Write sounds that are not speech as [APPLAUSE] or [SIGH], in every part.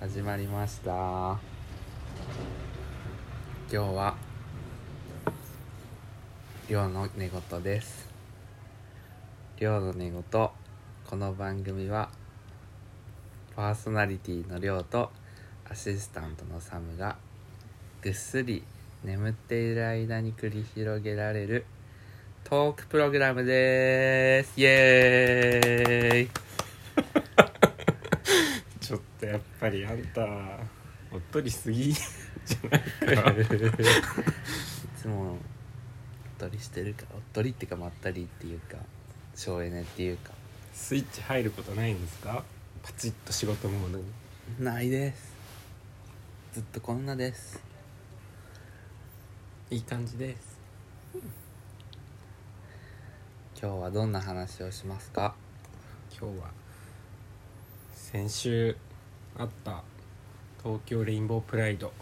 始まりました今日は寮の寝言です寮の寝言この番組はパーソナリティの寮とアシスタントのサムがぐっすり眠っている間に繰り広げられるトークプログラムですイエーイちょっとやっぱりあんたおっとりすぎ [LAUGHS] じゃないかいつもおっとりしてるかおっとりっていうかまったりっていうか省エネっていうかスイッチ入ることないんですかパチッと仕事モードにないですずっとこんなですいい感じです今日はどんな話をしますか今日は先週あった東京レインボープライド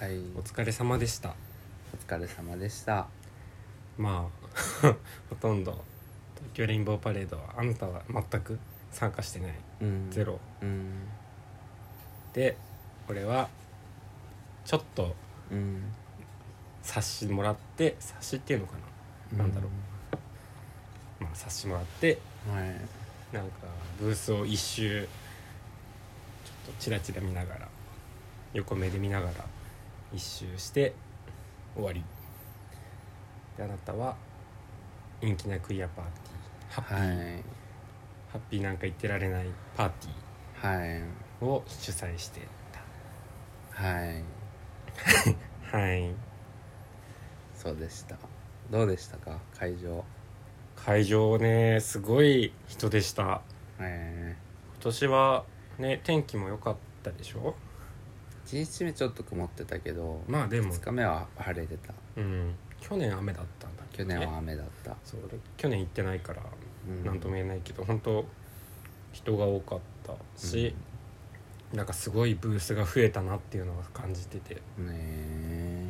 はいお疲れ様でしたお疲れ様でしたまあ [LAUGHS] ほとんど東京レインボーパレードはあなたは全く参加してないうんゼロうんで俺はちょっとうん冊子もらって冊子っていうのかななんだろまあ、冊子もらってはいなんかブースを一周ちょっとチラチラ見ながら横目で見ながら一周して終わりであなたは陰気なクイアパーティーハッピはー、いハッピーなんか言ってられないパーテはいィーを主催してはいたはいそうでしたどうでしたか会場会場ねすごい人でした今え年はね天気も良かったでしょー、1日目ちょっと曇ってたけどまあでも2日目は晴れてたうん去年雨だったんだっけ去年は雨だった、そう俺去年行ってないからうん何とも言えないけど、本当人が多かったし、なんかすごいブースが増えたなっていうのは感じててねえ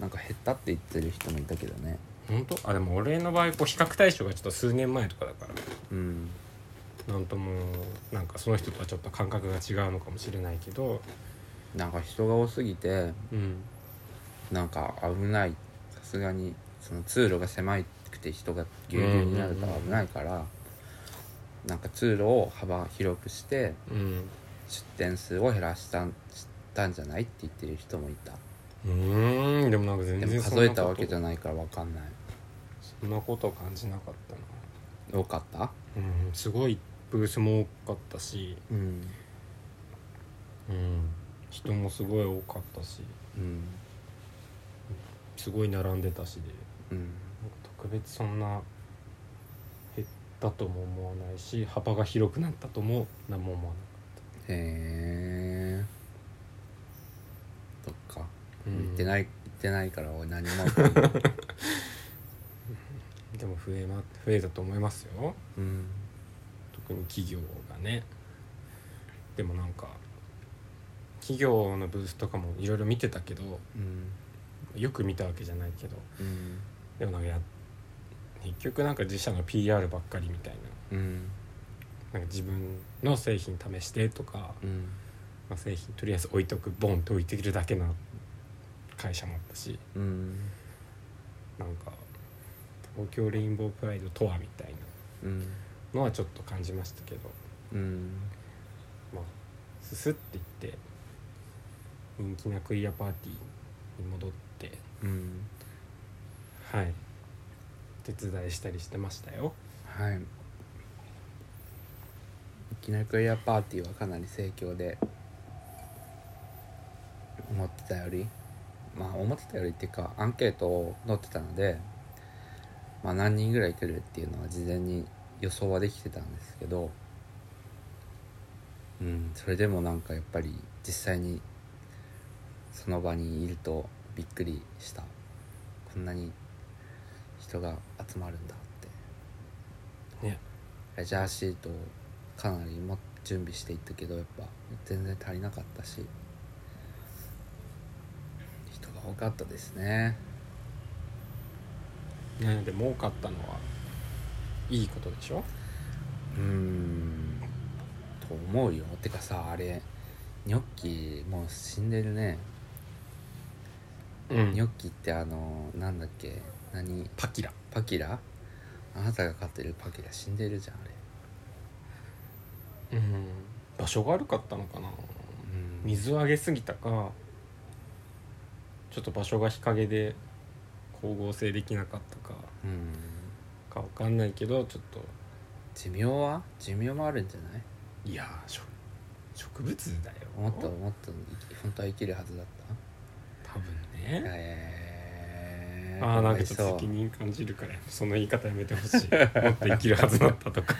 なんか減ったって言ってる人もいたけどね本当あでも俺の場合こう比較対象がちょっと数年前とかだからうん何ともなんかその人とはちょっと感覚が違うのかもしれないけど、なんか人が多すぎてうん、なんか危ないさすがにその通路が狭くて人がぎゅうぎゅうになるから危ないから、なんか通路を幅広くしてうん、出店数を減らしたんしたんじゃないって言ってる人もいたうーんでもなんか全でも然数えたわけじゃゃないから分かんないそんなことは感じなかったな、多かったうん、すごいブースも多かったし、うんうん、人もすごい多かったしうんすごい並んでたしでうんなんか特別そんな減ったとも思わないし幅が広くなったとも何も思わへえそっかな行い、っていない行ってないから俺何もわかんないでも増え,、ま、増えたと思いますようん特に企業がねでもなんか企業のブースとかもいろいろ見てたけどうんよく見たわけじゃないけどうんでもなんかや結局なんか自社の PR ばっかりみたいなうんなんか自分の製品試してとか、うんまあ、製品とりあえず置いとくボンって置いてるだけな会社もあったしうんなんか東京レインボープライドとはみたいなうんのはちょっと感じましたけどうんまあすすっていって人気なクイアパーティーに戻ってうんはい手伝いしたりしてましたよはいきなクリアパーティーはかなり盛況で思ってたよりまあ思ってたよりっていうかアンケートを取ってたのでまあ何人ぐらい来るっていうのは事前に予想はできてたんですけどうんそれでもなんかやっぱり実際にその場にいるとびっくりしたこんなに人が集まるんだってねジャーシートをかなりも準備していったけどやっぱ全然足りなかったし人が多かったですねねでも多かったのはいいことでしょうーんと思うよてかさあれニョッキもう死んでるね、うニョんッキってあのなんだっけ何パキラパキラあなたが飼ってるパキラ死んでるじゃんあれうん場所が悪かったのかなうん水をあげすぎたかちょっと場所が日陰で光合成できなかったかうんかわかんないけどちょっと寿命は寿命もあるんじゃないいやーしょ植物だよもっともっと生き本当は生きるはずだった多分ねえー、ああなんかちょっわとい責そ任感じるからその言い方やめてほ [LAUGHS] しいもっと生きるはずだったとか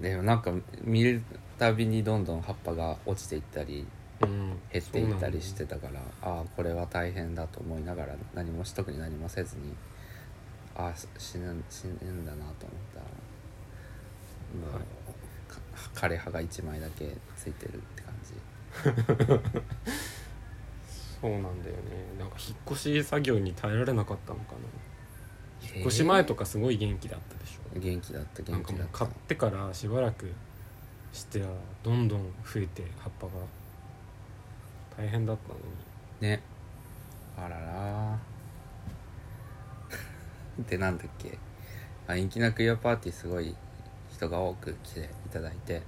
うでもなんか見るたびにどんどん葉っぱが落ちていったりうん減っていったりしてたからああこれは大変だと思いながら何もし特に何もせずにああし死ぬ死ぬんだなと思ったらもう、はいか枯れ葉が1枚だけついてるって感じそうなんだよねなんか引っ越し作業に耐えられなかったのかな引っ越し前とかすごい元気だったでしょ、えー元気だったなん元気かもだうっ買たってからしばらくしてはどんどん増えて葉っぱが大変だったのにねあらら [LAUGHS] ーでなんだっけあ陰気なクイアパーティーすごい人が多く来ていただいて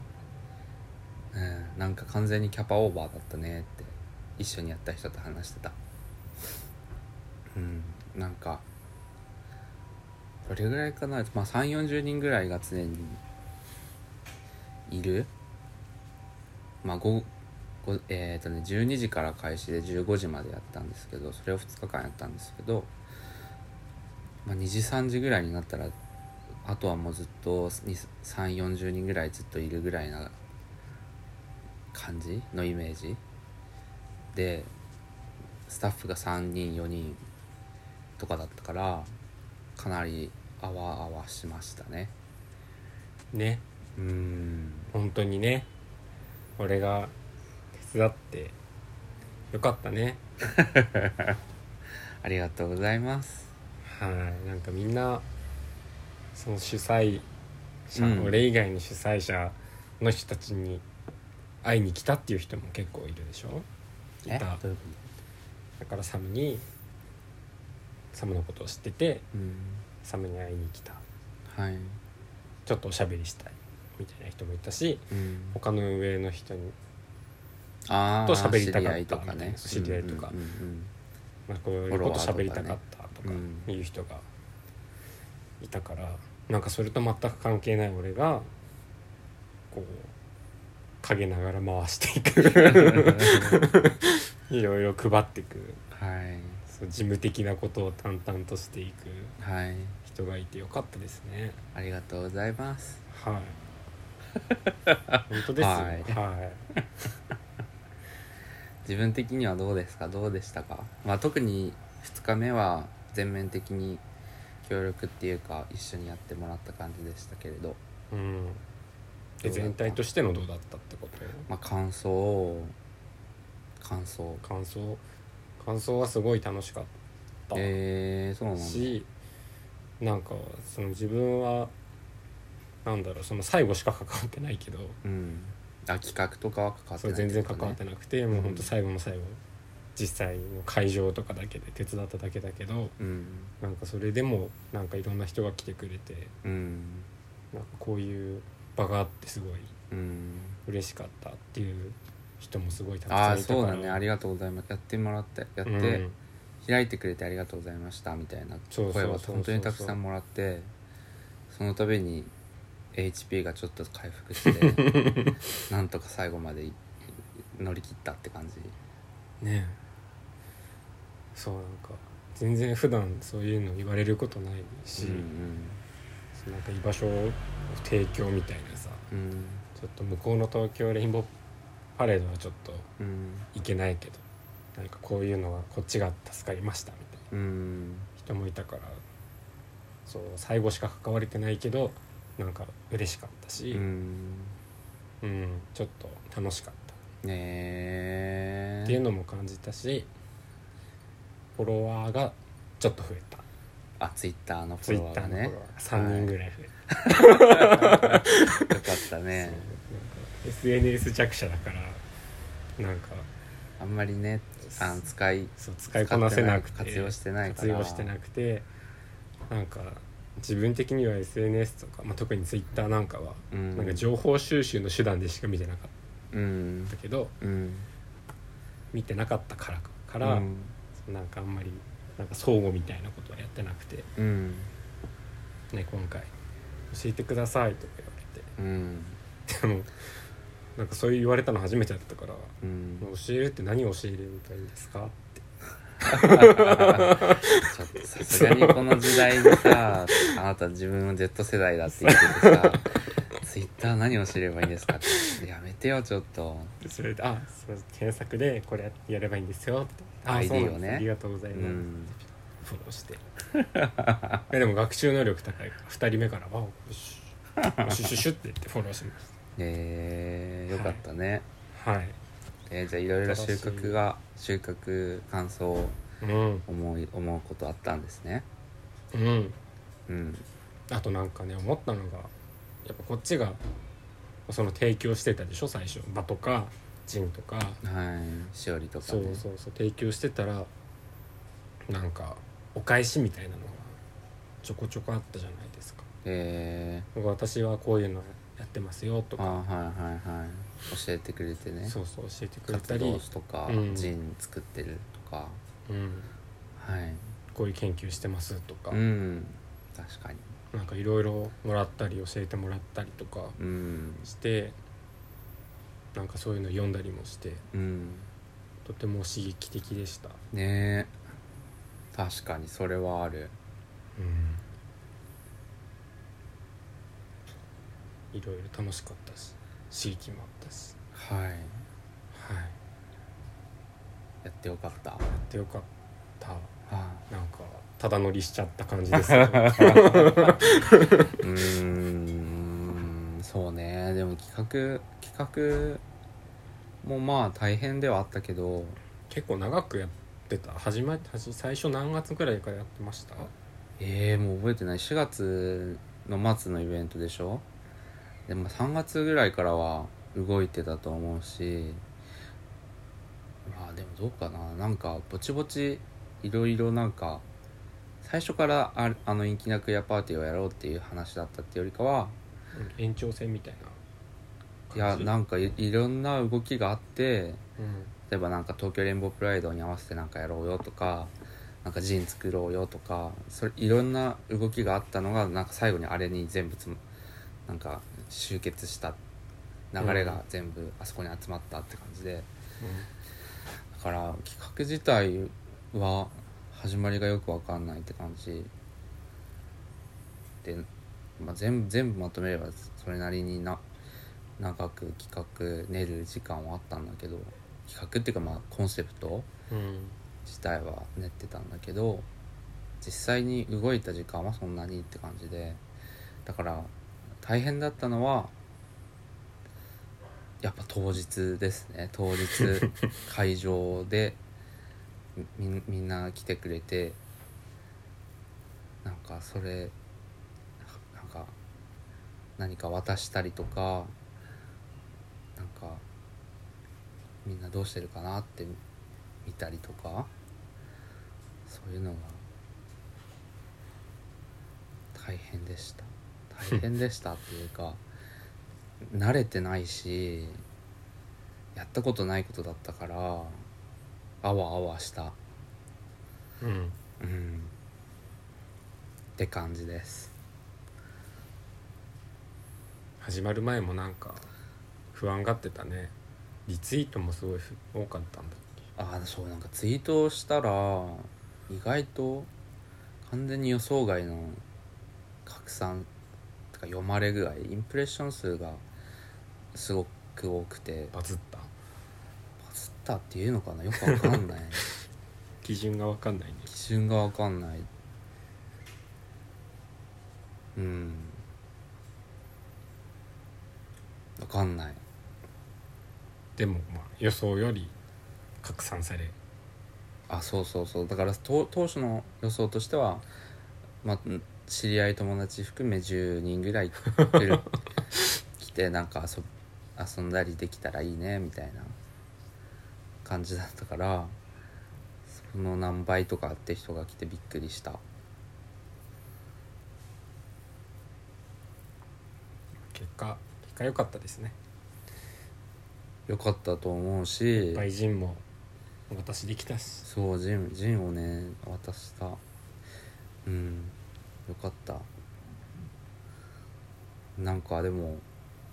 うんなんか完全にキャパオーバーだったねって一緒にやった人と話してたうんなんかどれぐらいかなまあ3 4 0人ぐらいが常にいるまあごごえっ、とね12時から開始で15時までやったんですけどそれを2日間やったんですけど、まあ、2時3時ぐらいになったらあとはもうずっと340人ぐらいずっといるぐらいな感じのイメージでスタッフが3人4人とかだったからかなりあわあわしましたねねうーん本当にね俺が手伝ってよかったねありがとうございますはいなんかみんなその主催者、うん俺以外の主催者の人たちに会いに来たっていう人も結構いるでしょいえたどういうこだからサムにサムのことを知っててとうんサムに会いに来たはいちょっとおしゃべりしたいみたいな人もいたしうん他の上の人に、あーと喋りたか知り合ったいとかね知り合いとかうんうんまあ、こういうこと喋りたかったとフォロワーとかかねうんいう人がいたから、なんかそれと全く関係ない俺がこう陰ながら回していく [LAUGHS] いろいろ配っていくうん [LAUGHS] はいそう事務的なことを淡々としていくはい人がいてよかったですね。ありがとうございますはい。 [LAUGHS] 本当ですよ。ははいい。自分的にはどうですかどうでしたかまあ特に2日目は全面的に協力っていうか一緒にやってもらった感じでしたけれどうん。どうだでった全体としてのどうだったってことまあ感想を感想感想感想はすごい楽しかった。えー、そうなんだしなんかその自分はなんだろうその最後しか関わってないけど、うんあ企画とかは関わってそなうい全然こ関とわねってなくて、もうほうんんと最後の最後実際の会場とかだけで手伝っただけだけどうんなんかそれでもなんかいろんな人が来てくれてうんなんかこういう場があってすごいうん嬉しかったっていう人もすごいたくあさあんいたかそらうだねありがとうございますやってもらってやって、うん開いてくれてありがとうございましたみたいなそうそう声そうはそう本当にたくさんもらってその度に HP がちょっと回復して [LAUGHS] なんとか最後までい乗り切ったって感じねえそうなんか全然普段そういうの言われることないし、うんなんか居場所を提供みたいなさうんうんちょっと向こうの東京レインボーパレードはちょっとうん行けないけどなんかこういうのはこっちが助かりましたみたいうんな人もいたからそう最後しか関われてないけどなんか嬉しかったし、ううんんちょっと楽しかったねえっていうのも感じたしフォロワーがちょっと増えたあツイッターのフツイォロワーッタがーのねフォロワー3人ぐらい増えた。 [LAUGHS] よかったねそうなんか SNS 弱者だからなんかあんまりねあの使いそう使いこなせなく使っててない活用してないから活用してなくてなんか自分的には SNS とか、まあ、特に Twitter なんかは、うんなんか情報収集の手段でしか見てなかっうんたけどうん見てなかったからかから、うんなんかあんまりなんか相互みたいなことはやってなくて、うんね、今回教えてくださいとか言われうてんでもなんかそう言われたの初めてだったからうんもう教えるって何を教えればいいんですかってちょっとさすがにこの時代にさあなた自分は Z 世代だって言っててさツイッター何を知ればいいんですかってやめてよちょっとでそれで「あそう検索でこれやればいいんですよ」って「あ ID そうなんですをねありがとうございうます」んフォローして [LAUGHS] いやでも学習能力高いから2人目からはシュシュシュシュって言ってフォローしましえー、よかったね、たはいえーじゃあいろいろ収穫が収穫感想をうん思い思うことあったんですねうんうんあとなんかね思ったのがやっぱこっちがその提供してたでしょ最初場とかジムとかはいしおりとかそうねそうそう提供してたらなんかお返しみたいなのがちょこちょこあったじゃないですかえ私はこういうのやってますよとー、あーかはいはいはい教えてくれてねそうそう教えてくれた活動り誌とか、うんジン作ってるとかうんはいこういう研究してますとか、うん確かになんかいろいろもらったり教えてもらったりとかうんしてなんかそういうの読んだりもしてうんとても刺激的でした、ねえ確かにそれはあるいろいろ楽しかったし刺激もあったしはいはいややってよかったはってよかったあなんかただ乗りしちゃった感じ [LAUGHS] ですけどはうーんそうねでも企画企画もまあ大変ではあったけど結構長くやってた始ま始最初何月ぐらいからやってましたえー、もう覚えてない4月の末のイベントでしょでも3月ぐらいからは動いてたと思うしまあでもどうかななんかぼちぼちいろいろなんか最初からああの陰気なクイアパーティーをやろうっていう話だったってよりかは延長戦みたいいなや感じなんかいいろんな動きがあってうん例えばなんか東京レインボープライドに合わせてなんかやろうよとかなんかジン作ろうよとかそれいろんな動きがあったのがなんか最後にあれに全部つむなんか集結した流れが全部あそこに集まったって感じで、だから企画自体は始まりがよくわかんないって感じで、まあ、全部全部まとめればそれなりにな長く企画練る時間はあったんだけど企画っていうかまあコンセプトうん、うん自体は練ってたんだけど実際に動いた時間はそんなにって感じでだから大変だったのはやっぱ当日ですね当日会場でみみんな来てくれてなんかそれなんか何か渡したりとかなんかみんなどうしてるかなって見たりとかそういうのが大変でした大変でしたっていうか [LAUGHS] 慣れてないしやったことないことだったからあわあわしたうんうんって感じです始まる前もなんか不安がってたねリツイートもすごいふ多かったんだっああそうなんかツイートをしたら意外と完全に予想外の拡散とか読まれ具合インプレッション数がすごく多くてけバズったパズったっていうのかなよくわかんない基準が分かんないね基準がわかんないうんわかんないでもまあ予想より拡散されあそうそうそうだからと当初の予想としては、まあ、知り合い友達含め10人ぐらい来る来てなんか遊ぶ遊んだりできたらいいねみたいな感じだったからその何倍とかって人が来てびっくりした結果結果良かったですねよかったと思ういしっぱいジンもお渡しできたしそうジンジンをね渡したうんよかったなんかでも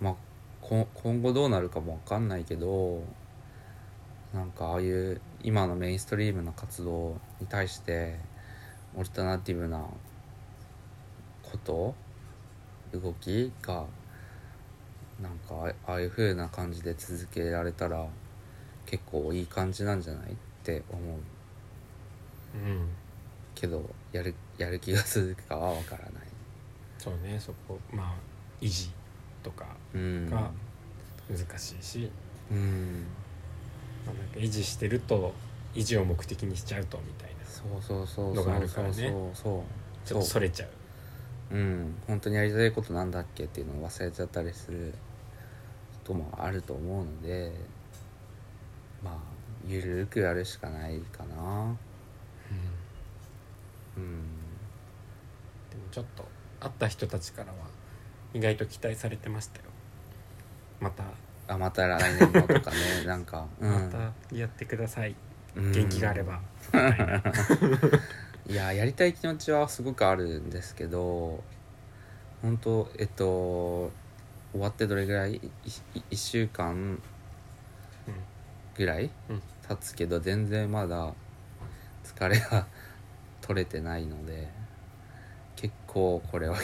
まあこ今後どうなるかもわかんないけどなんかああいう今のメインストリームの活動に対してオルタナティブなこと動きがなんかあああいう風な感じで続けられたら結構いい感じなんじゃないって思ううんけどやるやる気が続くかは分からないそうねそこまあ維持とかうんが難しいし、うんまあなんか維持してると維持を目的にしちゃうとみたいなちそうそうそうそのうがあそうるからねそうそょっとうそそれちゃうううん本当にやりたいことなんだっけっていうのを忘れちゃったりすることもあると思うのでまあゆるくやるしかないかなうんうんでもちょっと会った人たちからは意外と期待されてましたよまた、あまた来年もとかねなんか、うん、またやってくださいうん元気があ [LAUGHS] れば、みたいないややりたい気持ちはすごくあるんですけど本当えっと終わってどれぐらい1週間ぐらいうん経つけど全然まだ疲れが取れてないので結構これは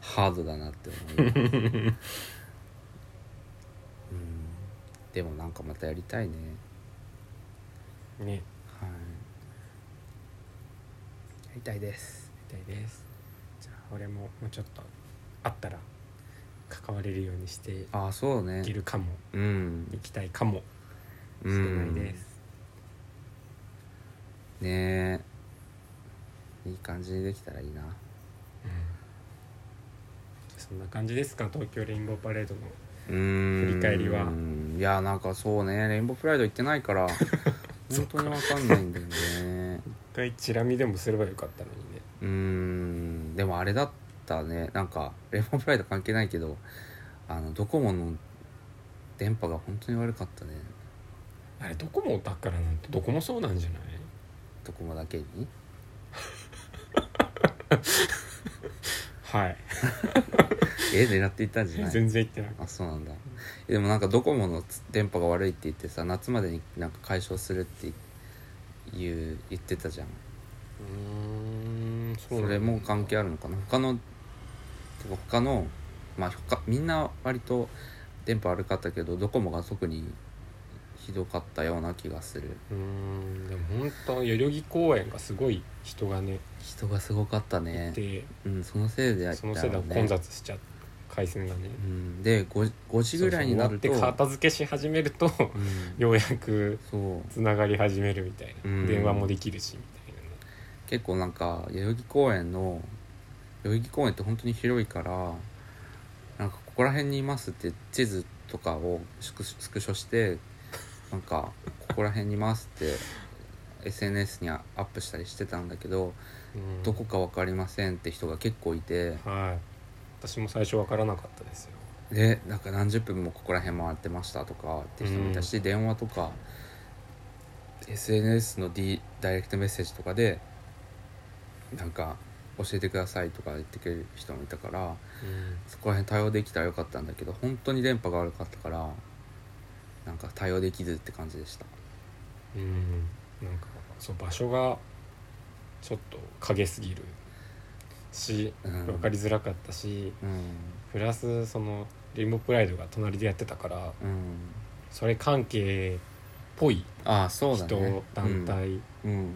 ハードだなって思い [LAUGHS] ますうんでもなんかまたやりたいねうんねはいやりたいですみたいですじゃあ俺ももうちょっと会ったら関われるようにしていああそうねけるかもうん行きたいかもしれないです、うんねえいい感じにできたらいいなそんな感じですか東京レインボーパレードのうーん振り返りはいやなんかそうねレインボープライド行ってない [LAUGHS] からそ本っか当にわかんないんだよね一回チラ見でもすればよかったのにねうーんでもあれだったねなんかレインボープライド関係ないけどあのドコモの電波が本当に悪かったねあれどこもだからなんてどこもそうなんじゃないドコモだけ [LAUGHS] にはいえ狙っていったんじゃない全然行ってなかっあそうなんだでもなんかドコモの電波が悪いって言ってさ夏までになんか解消するって言う言ってたじゃんたうんそれも関係あるのかな他のてか他のまあ他みんな割と電波悪かったけどドコモが特にひどかったような気がするうんでも本当代々木公園がすごい人がね人がすごかったねでうんそのせいでやったそろうのねせいで混雑しちゃう回線がねうんで 5, 5時ぐらいになるとそうそう終わって片付けし始めるとうんようやくそうつながり始めるみたいな、うん電話もできるしみたいなね結構なんか代々木公園の代々木公園って本当に広いからなんかここら辺にいますって地図とかをスクシスクショしてなんかここら辺にいますって SNS にアップしたりしてたんだけどうんどこか分かりませんって人が結構いてはい私も最初わからなかったですよでなんか何十分もここら辺回ってましたとかって人もいたし、電話とか SNS の、D、ダイレクトメッセージとかでなんか教えてくださいとか言ってくれる人もいたからそこら辺対応できたらよかったんだけど本当に電波が悪かったからなんか対応できずって感じでしたうん、なんかそう場所がちょっと影すぎるしうん分かりづらかったし、うんプラスそのレインボープライドが隣でやってたからうんそれ関係っぽいああそうだ人、ね団体うん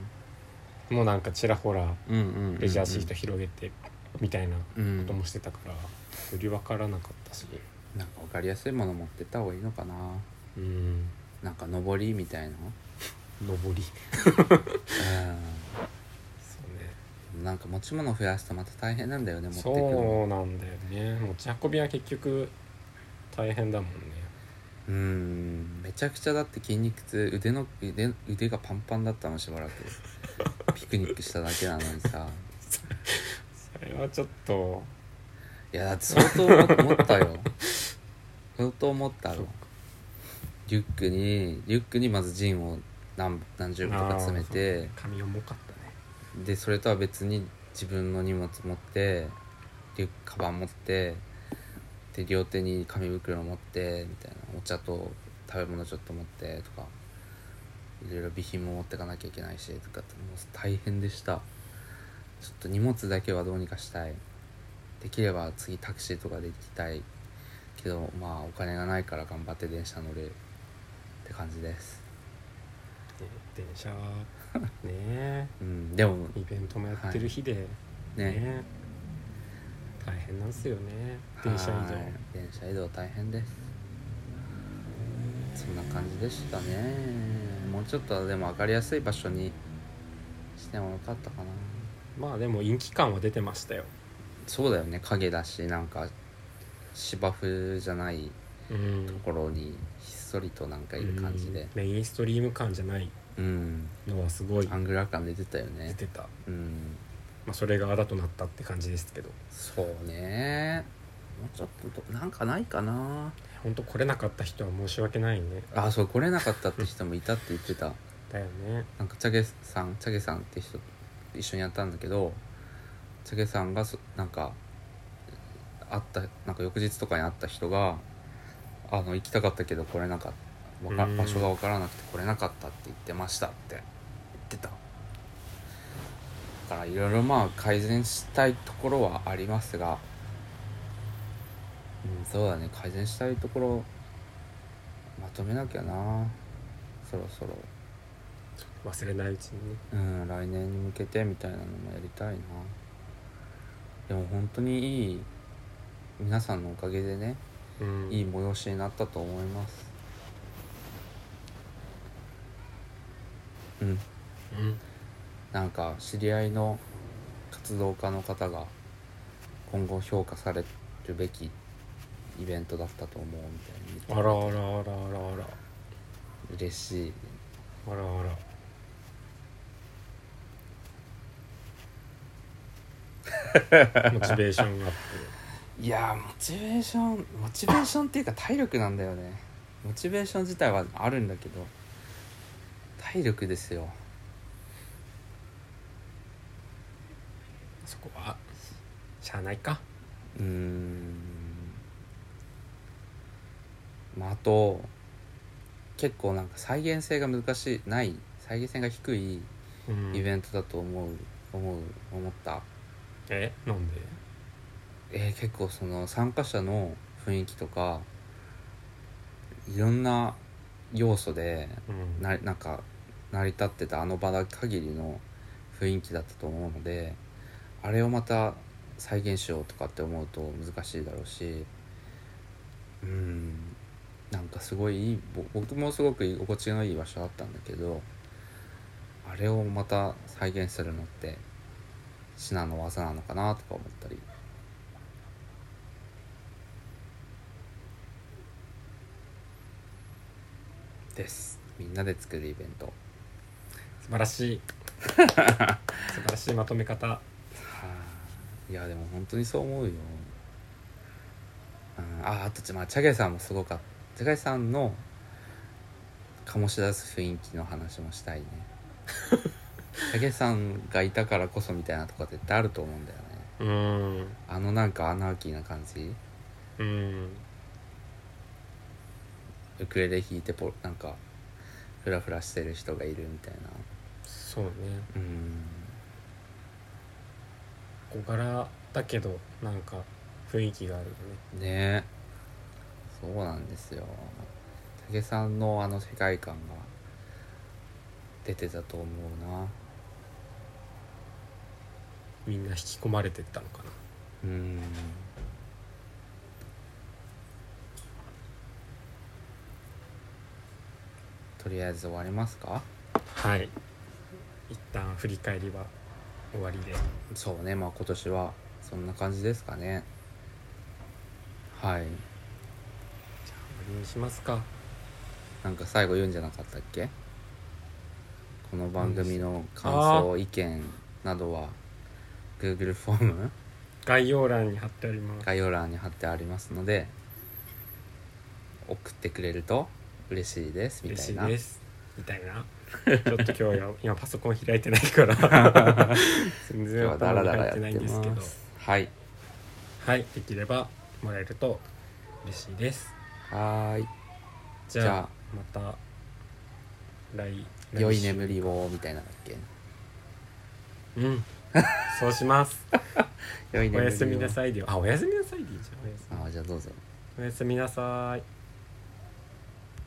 もなんかちらほらうんうんうんうんレジャーシート広げてみたいなこうんともしてたから、より分からなかったし、なんか分かりやすいもの持ってった方がいいのかなうん、なんか上りみたいな上りうそうねんなんか持ち物増やすとまた大変なんだよね持ってくそうなんだよね持ち運びは結局大変だもんねううーんめちゃくちゃだって筋肉痛腕の腕腕がパンパンだったのしばらく [LAUGHS] ピクニックしただけなのにさそれはちょっといやだって相当も持ったよ [LAUGHS] 相当持ったそっろかリュックにリュックにまずジンを何何十個か詰めてあーそう髪重かったねでそれとは別に自分の荷物持ってリュックカバン持ってで両手に紙袋持ってみたいなお茶と食べ物ちょっと持ってとかいろいろ備品も持ってかなきゃいけないしとかってもう大変でしたちょっと荷物だけはどうにかしたいできれば次タクシーとかで行きたいけどまあお金がないから頑張って電車乗るって感じですね電 [LAUGHS] 車ねえうんでもイベントもやってる日で、ね大変なんですよね電車移は動い電車移動大変ですそんな感じでしたねもうちょっとでも分かりやすい場所にしてもよかったかなまあでも陰気感は出てましたよそうだよね影だしなんか芝生じゃないうんところにひっそりとなんかいる感じでうんメインストリーム感じゃないうん、のはすごいアングラー感出てたよ出ねてた、まうんあ、それがあだとなったって感じですけどそうねもうちょっとどなんかないかな本当来れなかった人は申し訳ないねあそう来れなかったって人もいたって言ってただよねなんかチャゲさんチャゲさんって人と一緒にやったんだけどチャゲさんがそなんか会ったなんか翌日とかに会った人があの行きたかったけど来れなかったわかうん場所が分からなくて来れなかったって言ってましたって言ってただからいろいろまあ改善したいところはありますがうんそうだね改善したいところまとめなきゃなそろそろ。忘れないうちにねうん来年に向けてみたいなのもやりたいなでも本当にいい皆さんのおかげでねうんいい催しになったと思いますうんうんなんか知り合いの活動家の方が今後評価されるべきイベントだったと思うみたいにあ言らっあてらあらあらあら嬉しいあらあら [LAUGHS] モチベーションアッいやーモチベーションモチベーションっていうか体力なんだよねモチベーション自体はあるんだけど体力ですよプそこはしゃあないかうーんまああと結構なんか再現性が難しいない再現性が低いうんイベントだと思う、思う思ったえなんでえー結構その参加者の雰囲気とかいろんな要素でうんななんか成り立ってたあの場だ限りの雰囲気だったと思うのであれをまた再現しようとかって思うと難しいだろうしうんなんかすごいいいぼ僕もすごく居心地のいい場所だったんだけどあれをまた再現するのって至難の技なのかなとか思ったりですみんなで作るイベント素晴らしい [LAUGHS] 素晴らしいまとめ方はあいやでも本当にそう思うよ、うん、ああとち、まあ、チャゲさんもすごかったチャゲさんの醸し出す雰囲気の話もしたいねチャゲさんがいたからこそみたいなとこは絶対あると思うんだよねうんあのなんかアナーキーな感じうんウクレレ弾いてポなんかフラフラしてる人がいるみたいなそうねうん小柄だけどなんか雰囲気があるよねねえそうなんですよ武さんのあの世界観が出てたと思うなみんな引き込まれてったのかなうんとりあえず終わりますかはい一旦振り返りは終わりでそうねまあ今年はそんな感じですかねはい終わりにしますかなんか最後言うんじゃなかったっけこの番組の感想意見などは Google フォーム概要欄に貼ってあります概要欄に貼ってありますので送ってくれると嬉しいですみ嬉たしいいなですみたいなちょっと今 [LAUGHS] 日や今パソコン開いてないから全今日然はダラダ頭ラ入やっってないてんですけどますはいはいできればもらえると嬉しいですはーいじゃあじゃあまた来来週良い眠りをみたいなのだっけうんそうします良いお眠りをやすみなさいであおやすみなさいでいいじゃんおやすみあじゃあどうぞおやすみなさい